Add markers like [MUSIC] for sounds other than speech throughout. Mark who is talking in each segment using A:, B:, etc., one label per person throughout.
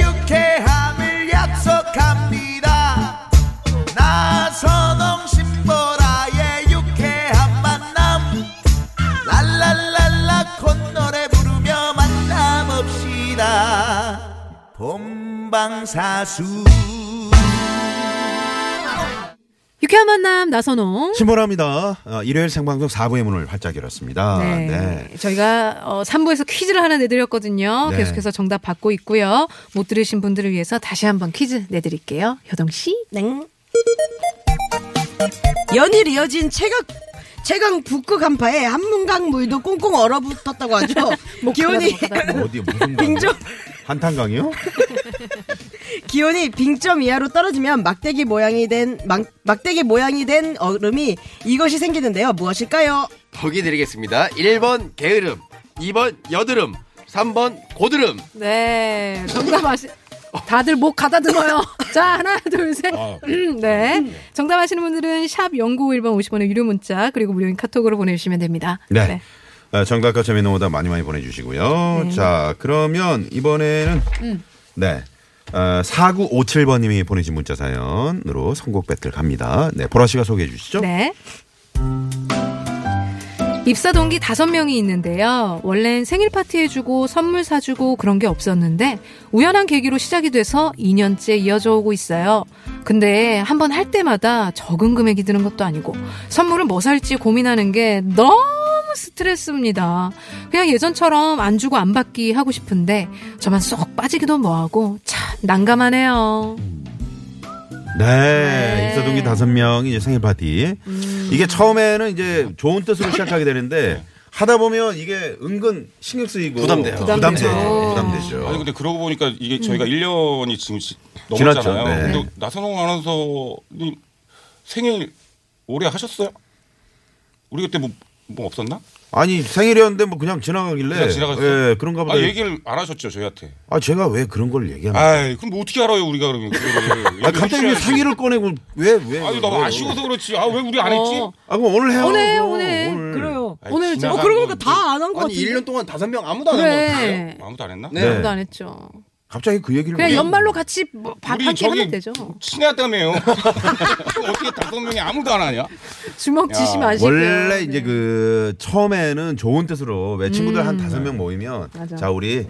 A: 유쾌함을 약속합니다 나선홍 신보라의 유쾌한 만남 랄랄랄라 콧노래 부르며 만남없시다 본방사수
B: 유쾌한 만남 나선홍.
C: 신보라입니다. 어, 일요일 생방송 4부의 문을 활짝 열었습니다.
B: 네.
C: 네.
B: 저희가 어, 3부에서 퀴즈를 하나 내드렸거든요.
C: 네.
B: 계속해서 정답 받고 있고요. 못 들으신 분들을 위해서 다시 한번 퀴즈 내드릴게요. 효동 씨.
D: 연일 이어진 최강 최강 북극 한파에 한문강 물도 꽁꽁 얼어붙었다고 [LAUGHS] 하죠. 기온이
C: 뭐 어디 무슨
D: 빙종.
C: 강이요? 한탄강이요?
D: 기온이 빙점 이하로 떨어지면 막대기 모양이 된 막, 막대기 모양이 된 얼음이 이것이 생기는데요. 무엇일까요?
E: 음,
F: 보기 드리겠습니다. 1번 게으름, 2번 여드름, 3번 고드름.
B: 네. 정답 아시. 다들 목 가다듬어요. [LAUGHS] 자, 하나, 둘, 셋.
C: 아,
B: 네. 정답 아시는 분들은 샵 0951번 50원의 유료 문자, 그리고 무료인 카톡으로 보내주시면 됩니다.
C: 네. 어, 정답과 재미있는 오답 많이 많이 보내주시고요. 자, 그러면 이번에는 네. 어, 4957번님이 보내신 문자 사연으로 선곡 배틀 갑니다. 네, 보라 씨가 소개해 주시죠.
B: 네. 입사 동기 다섯 명이 있는데요. 원래는 생일 파티 해주고 선물 사주고 그런 게 없었는데 우연한 계기로 시작이 돼서 2년째 이어져 오고 있어요. 근데 한 번 할 때마다 적은 금액이 드는 것도 아니고 선물을 뭐 살지 고민하는 게 너무 스트레스입니다. 그냥 예전처럼 안 주고 안 받기 하고 싶은데 저만 쏙 빠지기도 뭐하고 참 난감하네요.
C: 네,
B: 네.
C: 입사동기 다섯 명 이제 생일 파티. 이게 처음에는 이제 좋은 뜻으로 시작하게 되는데 하다 보면 이게 은근 신경 쓰이고 네,
F: 부담돼요.
C: 부담되죠.
B: 부담되죠.
C: 부담되죠.
E: 아니 근데 그러고 보니까
B: 음.
E: 이게 저희가 1년이 지금 시-
C: 지났죠.
E: 넘었잖아요.
C: 네.
E: 근데 나선홍 아나운서님 생일 오래 하셨어요? 우리 그때 뭐, 뭐 없었나?
C: 아니 생일이었는데 뭐 그냥 지나가길래
E: 그냥 지나갔어요.
C: 예, 네. 그런가 보다.
E: 아, 얘기를 안 하셨죠 저희한테.
C: 아, 제가 왜 그런 걸 얘기합니까?
E: 아, 그럼 뭐 어떻게 알아요 우리가 그러면? 그거를.
C: [LAUGHS] 아, 갑자기 왜
E: 얘기해줘야지.
C: 상의를 꺼내고 왜 왜? 왜, 왜.
E: 아니 나 아쉬워서 그렇지. 아 왜 우리 안 했지?
B: 어.
C: 아 그럼 오늘 해요.
B: 오늘,
C: 그럼.
B: 오늘.
D: 그래요.
E: 아이,
B: 오늘
E: 지나간
D: 어 그러고
E: 건
D: 보니까 다 안 한 것
F: 아니
D: 같은데.
F: 1년 동안 다섯 명 아무도 안 한거 같아요.
B: 그래.
E: 아무도 안 했나?
F: 네.
B: 네. 아무도 안 했죠.
C: 갑자기 그 얘기를
B: 그냥
C: 왜-
B: 연말로 같이 뭐 밥
E: 우리
B: 한 끼
E: 저기 뭐
B: 하면 되죠.
E: 친하다며요. [LAUGHS] 어떻게 다섯 명이 아무도 안 하냐?
B: 주먹 지심
E: 야,
B: 아시고요.
C: 원래 이제
B: 네. 음.
C: 그 처음에는 좋은 뜻으로 왜 친구들 한 다섯 명 모이면
B: 맞아. 음.
C: 자 우리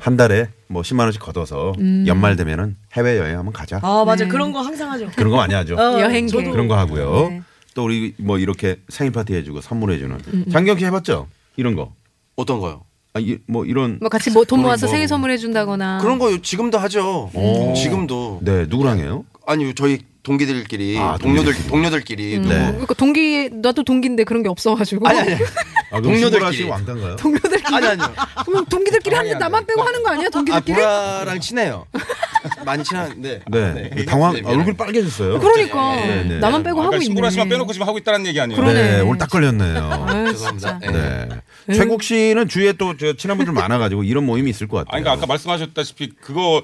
C: 한 달에 뭐 10만 원씩 걷어서 연말 되면은 해외 여행 한번 가자.
D: 아
E: 음.
D: 맞아 그런 거 항상 하죠.
C: 그런 거
B: [LAUGHS]
C: 많이 하죠.
D: 어,
B: 어. 여행계. 저도.
C: 그런 거 하고요.
B: 네.
C: 또 우리 뭐 이렇게 생일 파티 해주고 선물해 주는
B: 음,
C: 장경 씨 해봤죠? 이런 거.
F: 어떤 거요?
C: 아, 이, 뭐 이런
B: 뭐 같이 뭐 돈 모아서
C: 뭐-
B: 생일 선물해 준다거나
F: 그런 거 지금도 하죠. 지금도
B: 뭐
C: 네 누구랑 해요?
F: 아니 저희 동기들끼리
C: 아,
F: 동료들
C: 동기들끼리.
F: 동료들끼리
C: 네.
F: 뭐-
B: 그러니까 동기 나도 동기인데 그런 게 없어가지고 [LAUGHS]
F: 아니 아니
C: 아, 그럼
F: 동료들끼리.
C: 신보라 씨 왕따인가요?
B: 동료들끼리
F: 아니 아니
B: 그럼 동기들끼리 하는데
E: 아니,
B: 나만 빼고 하는 거 아니야
F: 아
B: 동기들끼리?
F: 보라랑 친해요. 많이 [LAUGHS] 친한데
E: 아,
C: 네. 당황
F: 네, 미안해요.
C: 얼굴
D: 아,
C: 빨개졌어요.
B: 그러니까
C: 네, 네.
B: 나만 빼고
E: 아까
B: 하고 있네.
E: 신보라 씨만 빼놓고 지금 하고 있다는 얘기 아니에요?
B: 그러네.
C: 네, 오늘 딱 걸렸네요.
D: [LAUGHS]
B: 아유,
F: 죄송합니다.
B: 진짜.
F: 예.
C: 네. 최국 씨는 주위에 또저 친한 분들 많아가지고 이런 모임이 있을 것 같아요.
E: 아니, 그러니까 아까 말씀하셨다시피 그거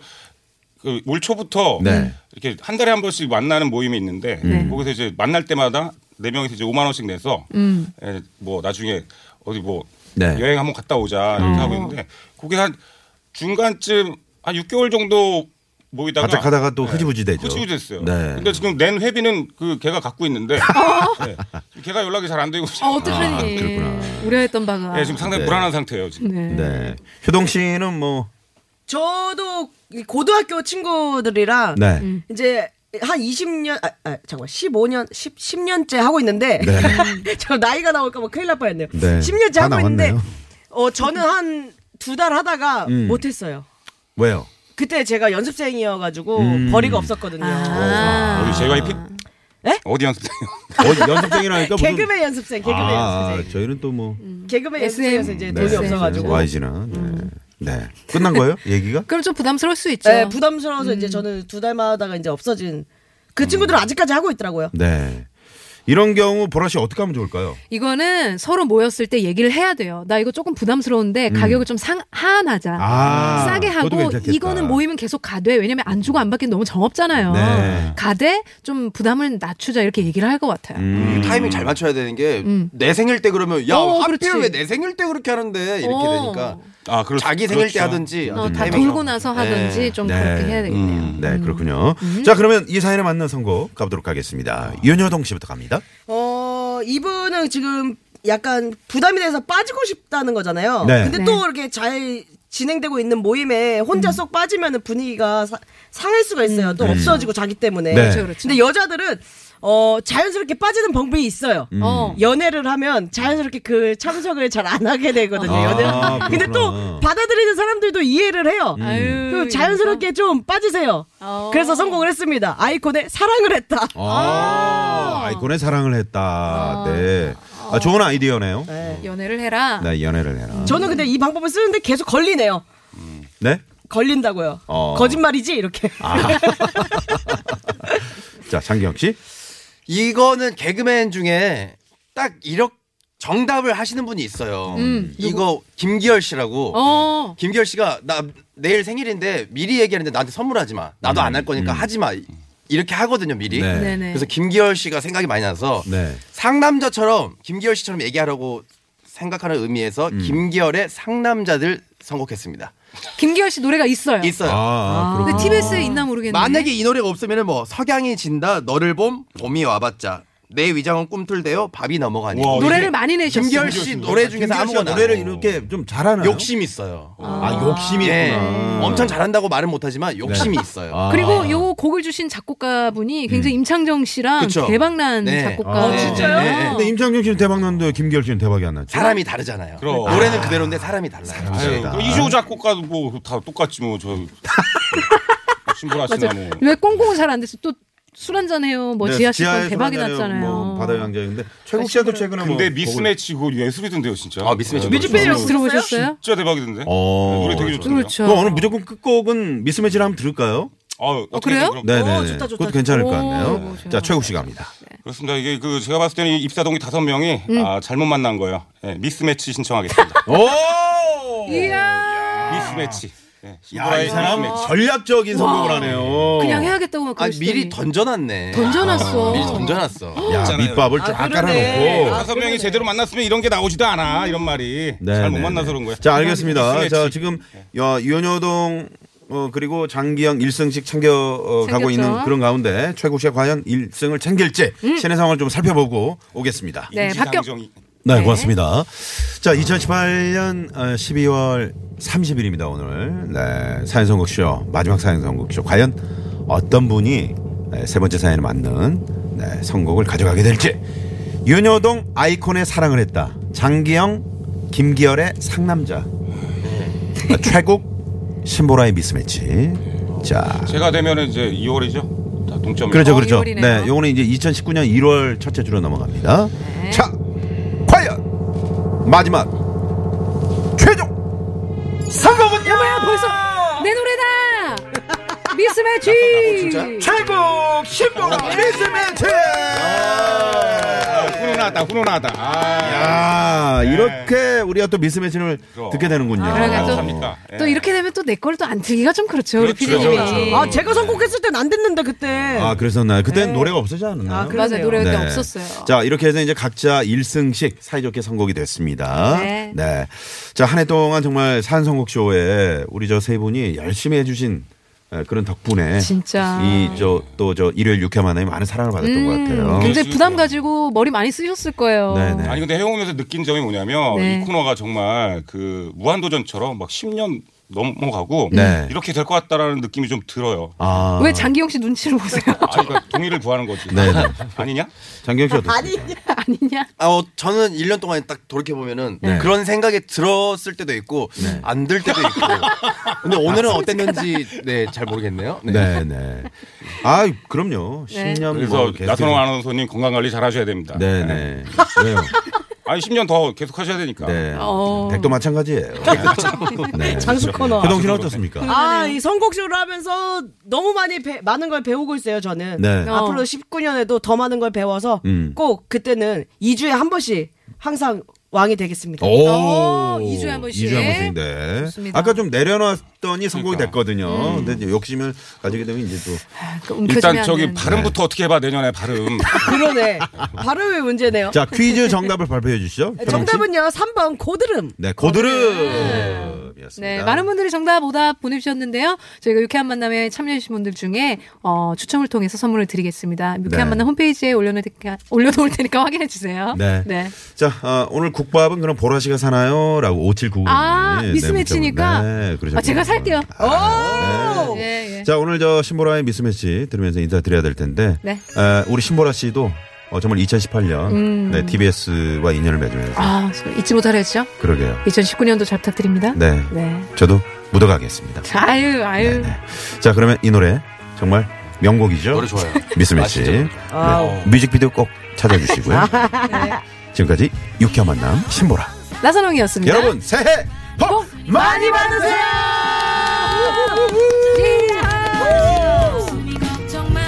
E: 그 올 초부터
C: 네. 음.
E: 이렇게 한 달에 한 번씩 만나는 모임이 있는데 거기서 이제 만날 때마다 네 명이서 이제 5만 원씩 내서
B: 음.
E: 에, 뭐 나중에 어디 뭐
C: 네. 음.
E: 여행 한번 갔다 오자 이렇게 하고 있는데 그게 한 중간쯤 한 6개월 정도 모이다가 네.
C: 바짝 하다가 또 흐지부지 되죠.
E: 흐지부지 됐어요.
C: 네.
E: 근데 지금 낸 회비는 그 걔가
B: [LAUGHS]
E: 갖고 있는데 네. 걔가 연락이 잘 안 되고
B: 아 어떡하니? 우려했던 바가.
E: 네, 지금 상당히
C: 네.
E: 불안한 상태예요 지금.
B: 네.
C: 네. 효동 씨는 뭐
D: 저도 이 고등학교 친구들이랑
C: 네.
D: 이제 한 20년, 아, 아, 잠깐만, 15년, 10, 10년째 하고 있는데, [LAUGHS]
C: 네.
D: 저 나이가 나올까 봐 큰일 날 뻔했네요.
C: 네.
D: 10년째
C: 다
D: 하고 있는데,
C: 나왔네요. 음.
D: 어, 저는 한 두 달 하다가 못했어요.
C: 왜요?
D: 그때 제가 연습생이어가지고
C: 음.
D: 벌이가 없었거든요.
B: 아.
C: 그러니까
E: 우리 JYP?
B: 네?
D: 에?
E: 어디 연습생?
C: 어, 연습생이라니까 무슨
D: 개그맨 연습생, 개그맨
C: 아, 네.
D: 연습생.
C: 저희는 또뭐
D: 개그맨
B: SM.
D: 연습생이어서 이제 돈이 없어가지고.
C: YG나 네. 네. 끝난 거예요? 얘기가?
B: 그럼 좀 부담스러울 수 있죠.
D: 네,
B: 음.
C: 음.
D: 부담스러워서 이제 저는 두 달마다가 이제 없어진 그 친구들은 아직까지 하고 있더라고요.
C: 네. 이런 경우 보라 씨 어떻게 하면 좋을까요?
B: 이거는 서로 모였을 때 얘기를 해야 돼요. 나 이거 조금 부담스러운데 가격을 좀 상, 하한하자.
C: 음. 아,
B: 싸게
C: 그것도
B: 하고
C: 괜찮겠다.
B: 이거는 모이면 계속 가돼. 왜냐면 안 주고 안 받기엔 너무 정없잖아요.
C: 네.
B: 가돼 좀 부담을 낮추자 이렇게 얘기를 할 것 같아요.
C: 음.
F: 타이밍 잘 맞춰야 되는 게,
B: 음.
F: 내 생일 때 그러면, 야,
B: 어,
F: 하필
B: 그렇지.
F: 왜 내 생일 때 그렇게 하는데? 이렇게
B: 어.
F: 되니까.
E: 아, 그렇-
F: 자기 생일 때
E: 그렇죠.
F: 하든지.
B: 어,
F: 아주
B: 다
F: 타이밍이
B: 돌고
F: 좀-
B: 나서
F: 네.
B: 하든지 좀
C: 네.
B: 그렇게 해야 되겠네요. 음.
C: 네, 그렇군요. 자, 그러면 이 사연에 맞는 선곡 가보도록 하겠습니다. 윤여동 씨부터 갑니다.
D: 어, 이분은 지금 약간 부담이 돼서 빠지고 싶다는 거잖아요.
C: 네.
D: 근데 또 이렇게 잘 진행되고 있는 모임에
C: 음.
D: 혼자 쏙 빠지면 분위기가 사- 상할 수가 있어요. 또 없어지고 자기 때문에.
C: 네. 음. 그렇죠,
B: 그렇죠.
D: 근데 여자들은 어, 자연스럽게 빠지는 방법이 있어요.
C: 음.
B: 어.
D: 연애를 하면 자연스럽게 그 참석을 잘 안 하게 되거든요.
C: 아,
D: 연애를. 근데
C: 그렇구나.
D: 또 받아들이는 사람들도 이해를 해요.
C: 음.
F: 음.
B: 아유,
D: 그 자연스럽게 좀 빠지세요.
B: 어.
D: 그래서 성공을 했습니다. 아이콘의 사랑을 했다.
C: 어. 아, 아이콘의 사랑을 했다. 네. 아, 좋은 아이디어네요. 네.
B: 이러면서 연애를 해라.
C: 연애를 해라.
D: 저는 근데 이 방법을 쓰는데 계속 걸리네요.
C: 네?
D: 걸린다고요.
C: 어. 아,
D: 거짓말이지 이렇게. [LAUGHS]
C: 자, 장기영 씨.
F: 이거는 개그맨 중에 딱 이렇게 정답을 하시는 분이 있어요.
B: 음,
F: 이거 김기열 씨라고.
B: 어.
F: 김기열 씨가 나 내일 생일인데 미리 얘기하는데 나한테 선물하지 마. 나도 안 할 거니까 하지 마. 이렇게 하거든요, 미리.
C: 음, 네.
B: 네네.
F: 그래서 김기열 씨가 생각이 많이 나서
C: 네.
F: 상남자처럼 김기열 씨처럼 얘기하라고 생각하는 의미에서
C: 음.
F: 김기열의 상남자들 선곡했습니다.
B: 김기열 씨 노래가 있어요.
F: 있어요.
C: 아,
B: 근데
C: 그렇군요.
B: TBS에 있나 모르겠는데.
F: 만약에 이 노래가 없으면 뭐 석양이 진다, 너를 봄, 봄이 와봤자 내 위장은 꿈틀대요, 밥이 넘어가니.
E: 우와,
B: 노래를 많이 내셨어요.
F: 김기열 씨 노래 중에서
C: 김기현 씨가
F: 아무거나
C: 노래를 이렇게 좀 잘하나요?
F: 욕심 있어요.
C: 아, 욕심이
F: 예.
C: 있구나.
F: 엄청 잘한다고 말은 못하지만 욕심이 있어요.
C: 아.
B: 네. 그리고 요 곡을 주신 작곡가분이 굉장히 임창정 씨랑
F: 그쵸.
B: 대박난
F: 네.
B: 작곡가.
F: 아, 진짜요? 네, 네.
C: 근데 임창정 씨는 대박 났는데 김기열 씨는 대박이 안 났죠.
F: 사람이 다르잖아요. 네.
E: 그럼.
F: 노래는 그대로인데 사람이 달라요.
E: 아유,
C: 있다.
E: 그 이조 작곡가도 뭐 다 똑같지 뭐 저. 신보라시나 뭐.
B: 왜 꽁꽁 잘안 됐어? 또 술 한잔 해요. 뭐
C: 네,
B: 지하 씨
C: 지하에서
B: 건 대박이
C: 만나요.
B: 났잖아요.
C: 뭐 바다의 왕자 근데 최국 씨도 최근에 뭐
E: 근데
C: 곡을-
E: 미스매치 그거 예술이던데요, 진짜.
F: 아, 미스매치.
E: 아,
D: 뮤직비디오
E: 그거
B: 네, 들어보셨어요?
E: 진짜 대박이던데. 네,
C: 어.
E: 노래 되게 좋던데.
B: 그렇죠.
C: 그럼 오늘 무조건 끝곡은 미스매치를 한번 들을까요?
E: 아,
B: 어, 그래요?
C: 네네.
D: 좋다, 좋다.
C: 그것도 괜찮을 것
B: 오,
C: 같네요.
B: 그거 좋아요.
C: 자, 최국 씨가 합니다.
E: 그렇습니다. 이게 그 제가 봤을 때는 이 입사동기 다섯 명이
B: 음.
E: 아, 잘못 만난 거예요. 예, 미스매치 신청하겠습니다.
C: 오!
B: 이야.
E: 미스매치. 예,
C: 야, 이
E: 신보라의
C: 사람
E: 미스매치.
C: 전략적인 성공을 하네요.
B: 그냥 해야겠다고 막
F: 아,
B: 그러시더니.
F: 미리 던져놨네. 아,
B: 던져놨어.
F: 미리 던져놨어.
C: 야,
E: 있잖아요.
C: 밑밥을 쫙
D: 그러네.
C: 깔아놓고.
E: 다섯 명이 제대로 만났으면 이런 게 나오지도 않아. 이런 말이 잘못 만나서 그런 아, 거야.
C: 네, 자, 알겠습니다.
E: 미스매치.
C: 자, 지금 여, 윤여동 어, 그리고 장기영 1승씩 챙겨 어,
B: 챙겼죠.
C: 가고 있는 그런 가운데 최국 씨가 과연 1승을 챙길지 신의 상황을 좀 살펴보고 오겠습니다.
B: 네, 박경.
E: 인지상정이.
C: 네,
B: 네.
C: 고맙습니다. 자, 2018년 12월 30일입니다, 오늘. 네, 사연선곡쇼, 마지막 사연선곡쇼. 과연 어떤 분이 네, 세 번째 사연에 맞는 네, 선곡을 가져가게 될지. 윤여동 아이콘의 사랑을 했다. 장기영, 김기열의 상남자. 아, 최국, 신보라의 미스매치. 자.
E: 제가 되면 이제 2월이죠. 다 동점.
C: 그렇죠,
B: 어,
C: 그렇죠.
B: 이월이네요.
C: 네, 요거는 이제 2019년 1월 첫째 주로 넘어갑니다.
B: 네.
C: 자, 과연 마지막 최종
A: 선거은요
B: 뭐야 벌써 내 노래다. 미스매치.
A: 최고 신보라 미스매치
E: 아, 훈훈하다, 훈훈하다. 아,
C: 야 이렇게 우리가 또 미스매치를
E: 그럼.
C: 듣게 되는군요.
B: 그러니까 또-
E: 감사합니다. 예.
B: 또 이렇게 되면 또 내 걸 또 안 틀기가 좀 그렇죠. 우리
E: 그렇죠,
B: 피디님이.
E: 그렇죠.
D: 아 제가 선곡했을 땐 안 됐는데 그때.
C: 아, 그랬었나요? 그때는 노래가 없었지 않았나요?
D: 아, 그래요?
B: 네. 맞아요. 노래가
C: 네.
B: 그때 없었어요.
C: 자, 이렇게 해서 이제 각자 1승씩 사이좋게 선곡이 됐습니다.
B: 네.
C: 자, 한 해 동안 정말 산선곡쇼에 우리 저 세 분이 열심히 해주신 에, 그런 덕분에.
B: 진짜.
C: 이, 저, 또 저 일요일 육회 만남이 많은 사랑을 받았던
B: 음,
C: 것 같아요.
B: 굉장히 부담 가지고 머리 많이 쓰셨을 거예요.
C: 어. 네네.
E: 아니 근데 해오면서 느낀 점이 뭐냐면
B: 네.
E: 이 코너가 정말 그 무한도전처럼 막 10년 넘어가고
C: 네.
E: 이렇게 될 것 같다라는 느낌이 좀 들어요.
C: 아.
B: 왜 장기영 씨 눈치를 보세요? [LAUGHS]
E: 아, 그러니까 동의를 구하는 거지.
C: 그렇죠. 네, 네.
E: [LAUGHS] 아니냐?
C: 장경 씨 어떠세요?
B: 아니냐?
F: 아, 어, 저는 1년 동안 딱 돌이켜 보면은
C: 네.
F: 그런 생각이 들었을 때도 있고 안 들 때도 [LAUGHS] 있고. 근데 오늘은 어땠는지 네, 잘 모르겠네요. 아, 네.
C: 네, 네. 아, 그럼요.
B: 네.
C: 10년
E: 그래서
C: 뭐 계속-
E: 나선홍 아나운서님 건강 관리 잘 하셔야 됩니다.
C: 네, 네. 왜요?
E: 예. 아니 10년 더 계속 하셔야 되니까.
C: 네.
B: 어.
C: 댁도 마찬가지예요.
D: [LAUGHS]
C: 네.
D: 장수 코너.
C: 그동신 어떻습니까?
D: 아, 이 선곡쇼를 하면서 너무 많이 배- 많은 걸 배우고 있어요, 저는.
C: 네.
B: 어.
D: 앞으로 19년에도 더 많은 걸 배워서
C: 음.
D: 꼭 그때는 2주에 한 번씩 항상 왕이 되겠습니다.
B: 어, 이주에한 번씩.
C: 이주에 한 번씩. 네.
B: 좋습니다. 음.
C: 아까 좀 내려놨더니 성공이
E: 그러니까.
C: 됐거든요. 근데 이제 욕심을 가지게 되면 이제 또
B: 그 움켜쥐면
E: 일단
B: 안
E: 저기
B: 되는데.
E: 발음부터 어떻게 해봐
C: [LAUGHS]
E: 내년에 발음.
D: 그러네. 발음이 문제네요.
C: 자, 퀴즈 정답을 발표해 주시죠.
B: 네,
C: 정답.
D: 정답은요, 3번 고드름.
C: 네, 고드름이었습니다.
B: 네, 많은 분들이 정답 오답 보내주셨는데요. 저희가 유쾌한 만남에 참여해주신 분들 중에 어, 추첨을 통해서 선물을 드리겠습니다. 유쾌한
C: 네.
B: 만남 홈페이지에 올려놓을 테니까, 올려놓을 테니까 확인해 주세요.
C: 네.
B: 네.
C: 자, 아, 오늘 국밥은 그럼 보라 씨가 사나요? 라고 5799님.
B: 아, 미스매치니까.
C: 네, 그러셨군요.
B: 아, 제가 살게요.
C: 아, 네.
B: 예, 예.
C: 자, 오늘 저 신보라의 미스매치 들으면서 인사드려야 될 텐데.
B: 네.
C: 아, 우리 신보라 씨도 어, 정말 2018년 네, TBS와 인연을 맺으면서
B: 음. 아, 정말 잊지 못하려죠.
C: 그러게요.
B: 2019년도 잘 부탁드립니다.
C: 네.
B: 네.
C: 저도 묻어가겠습니다.
B: 아유, 아유.
C: 네. 자, 그러면 이 노래 정말 명곡이죠.
F: 노래 좋아요. 아,
C: 미스매치.
F: 진짜
C: 네.
F: 노래 좋아요.
C: 뮤직비디오 꼭 [LAUGHS] 찾아주시고요. 네. 지금까지 유쾌한 만남 신보라.
B: 나선홍이었습니다.
C: 여러분 새해 네. 복 많이 받으세요.
G: 숨이 걱정 마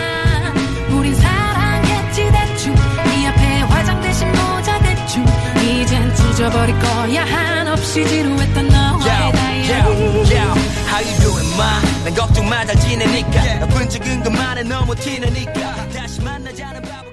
G: 우린 사랑했지 대충 네 앞에 화장 대신 모자 대충 이젠 찢어버릴 거야 한없이 지루했던 너와의 다이어리
H: How you doing, ma? 난 걱정 마, 잘 지내니까. 나쁜 적은 것만에 너무 티내니까. 다시 만나자는 바보.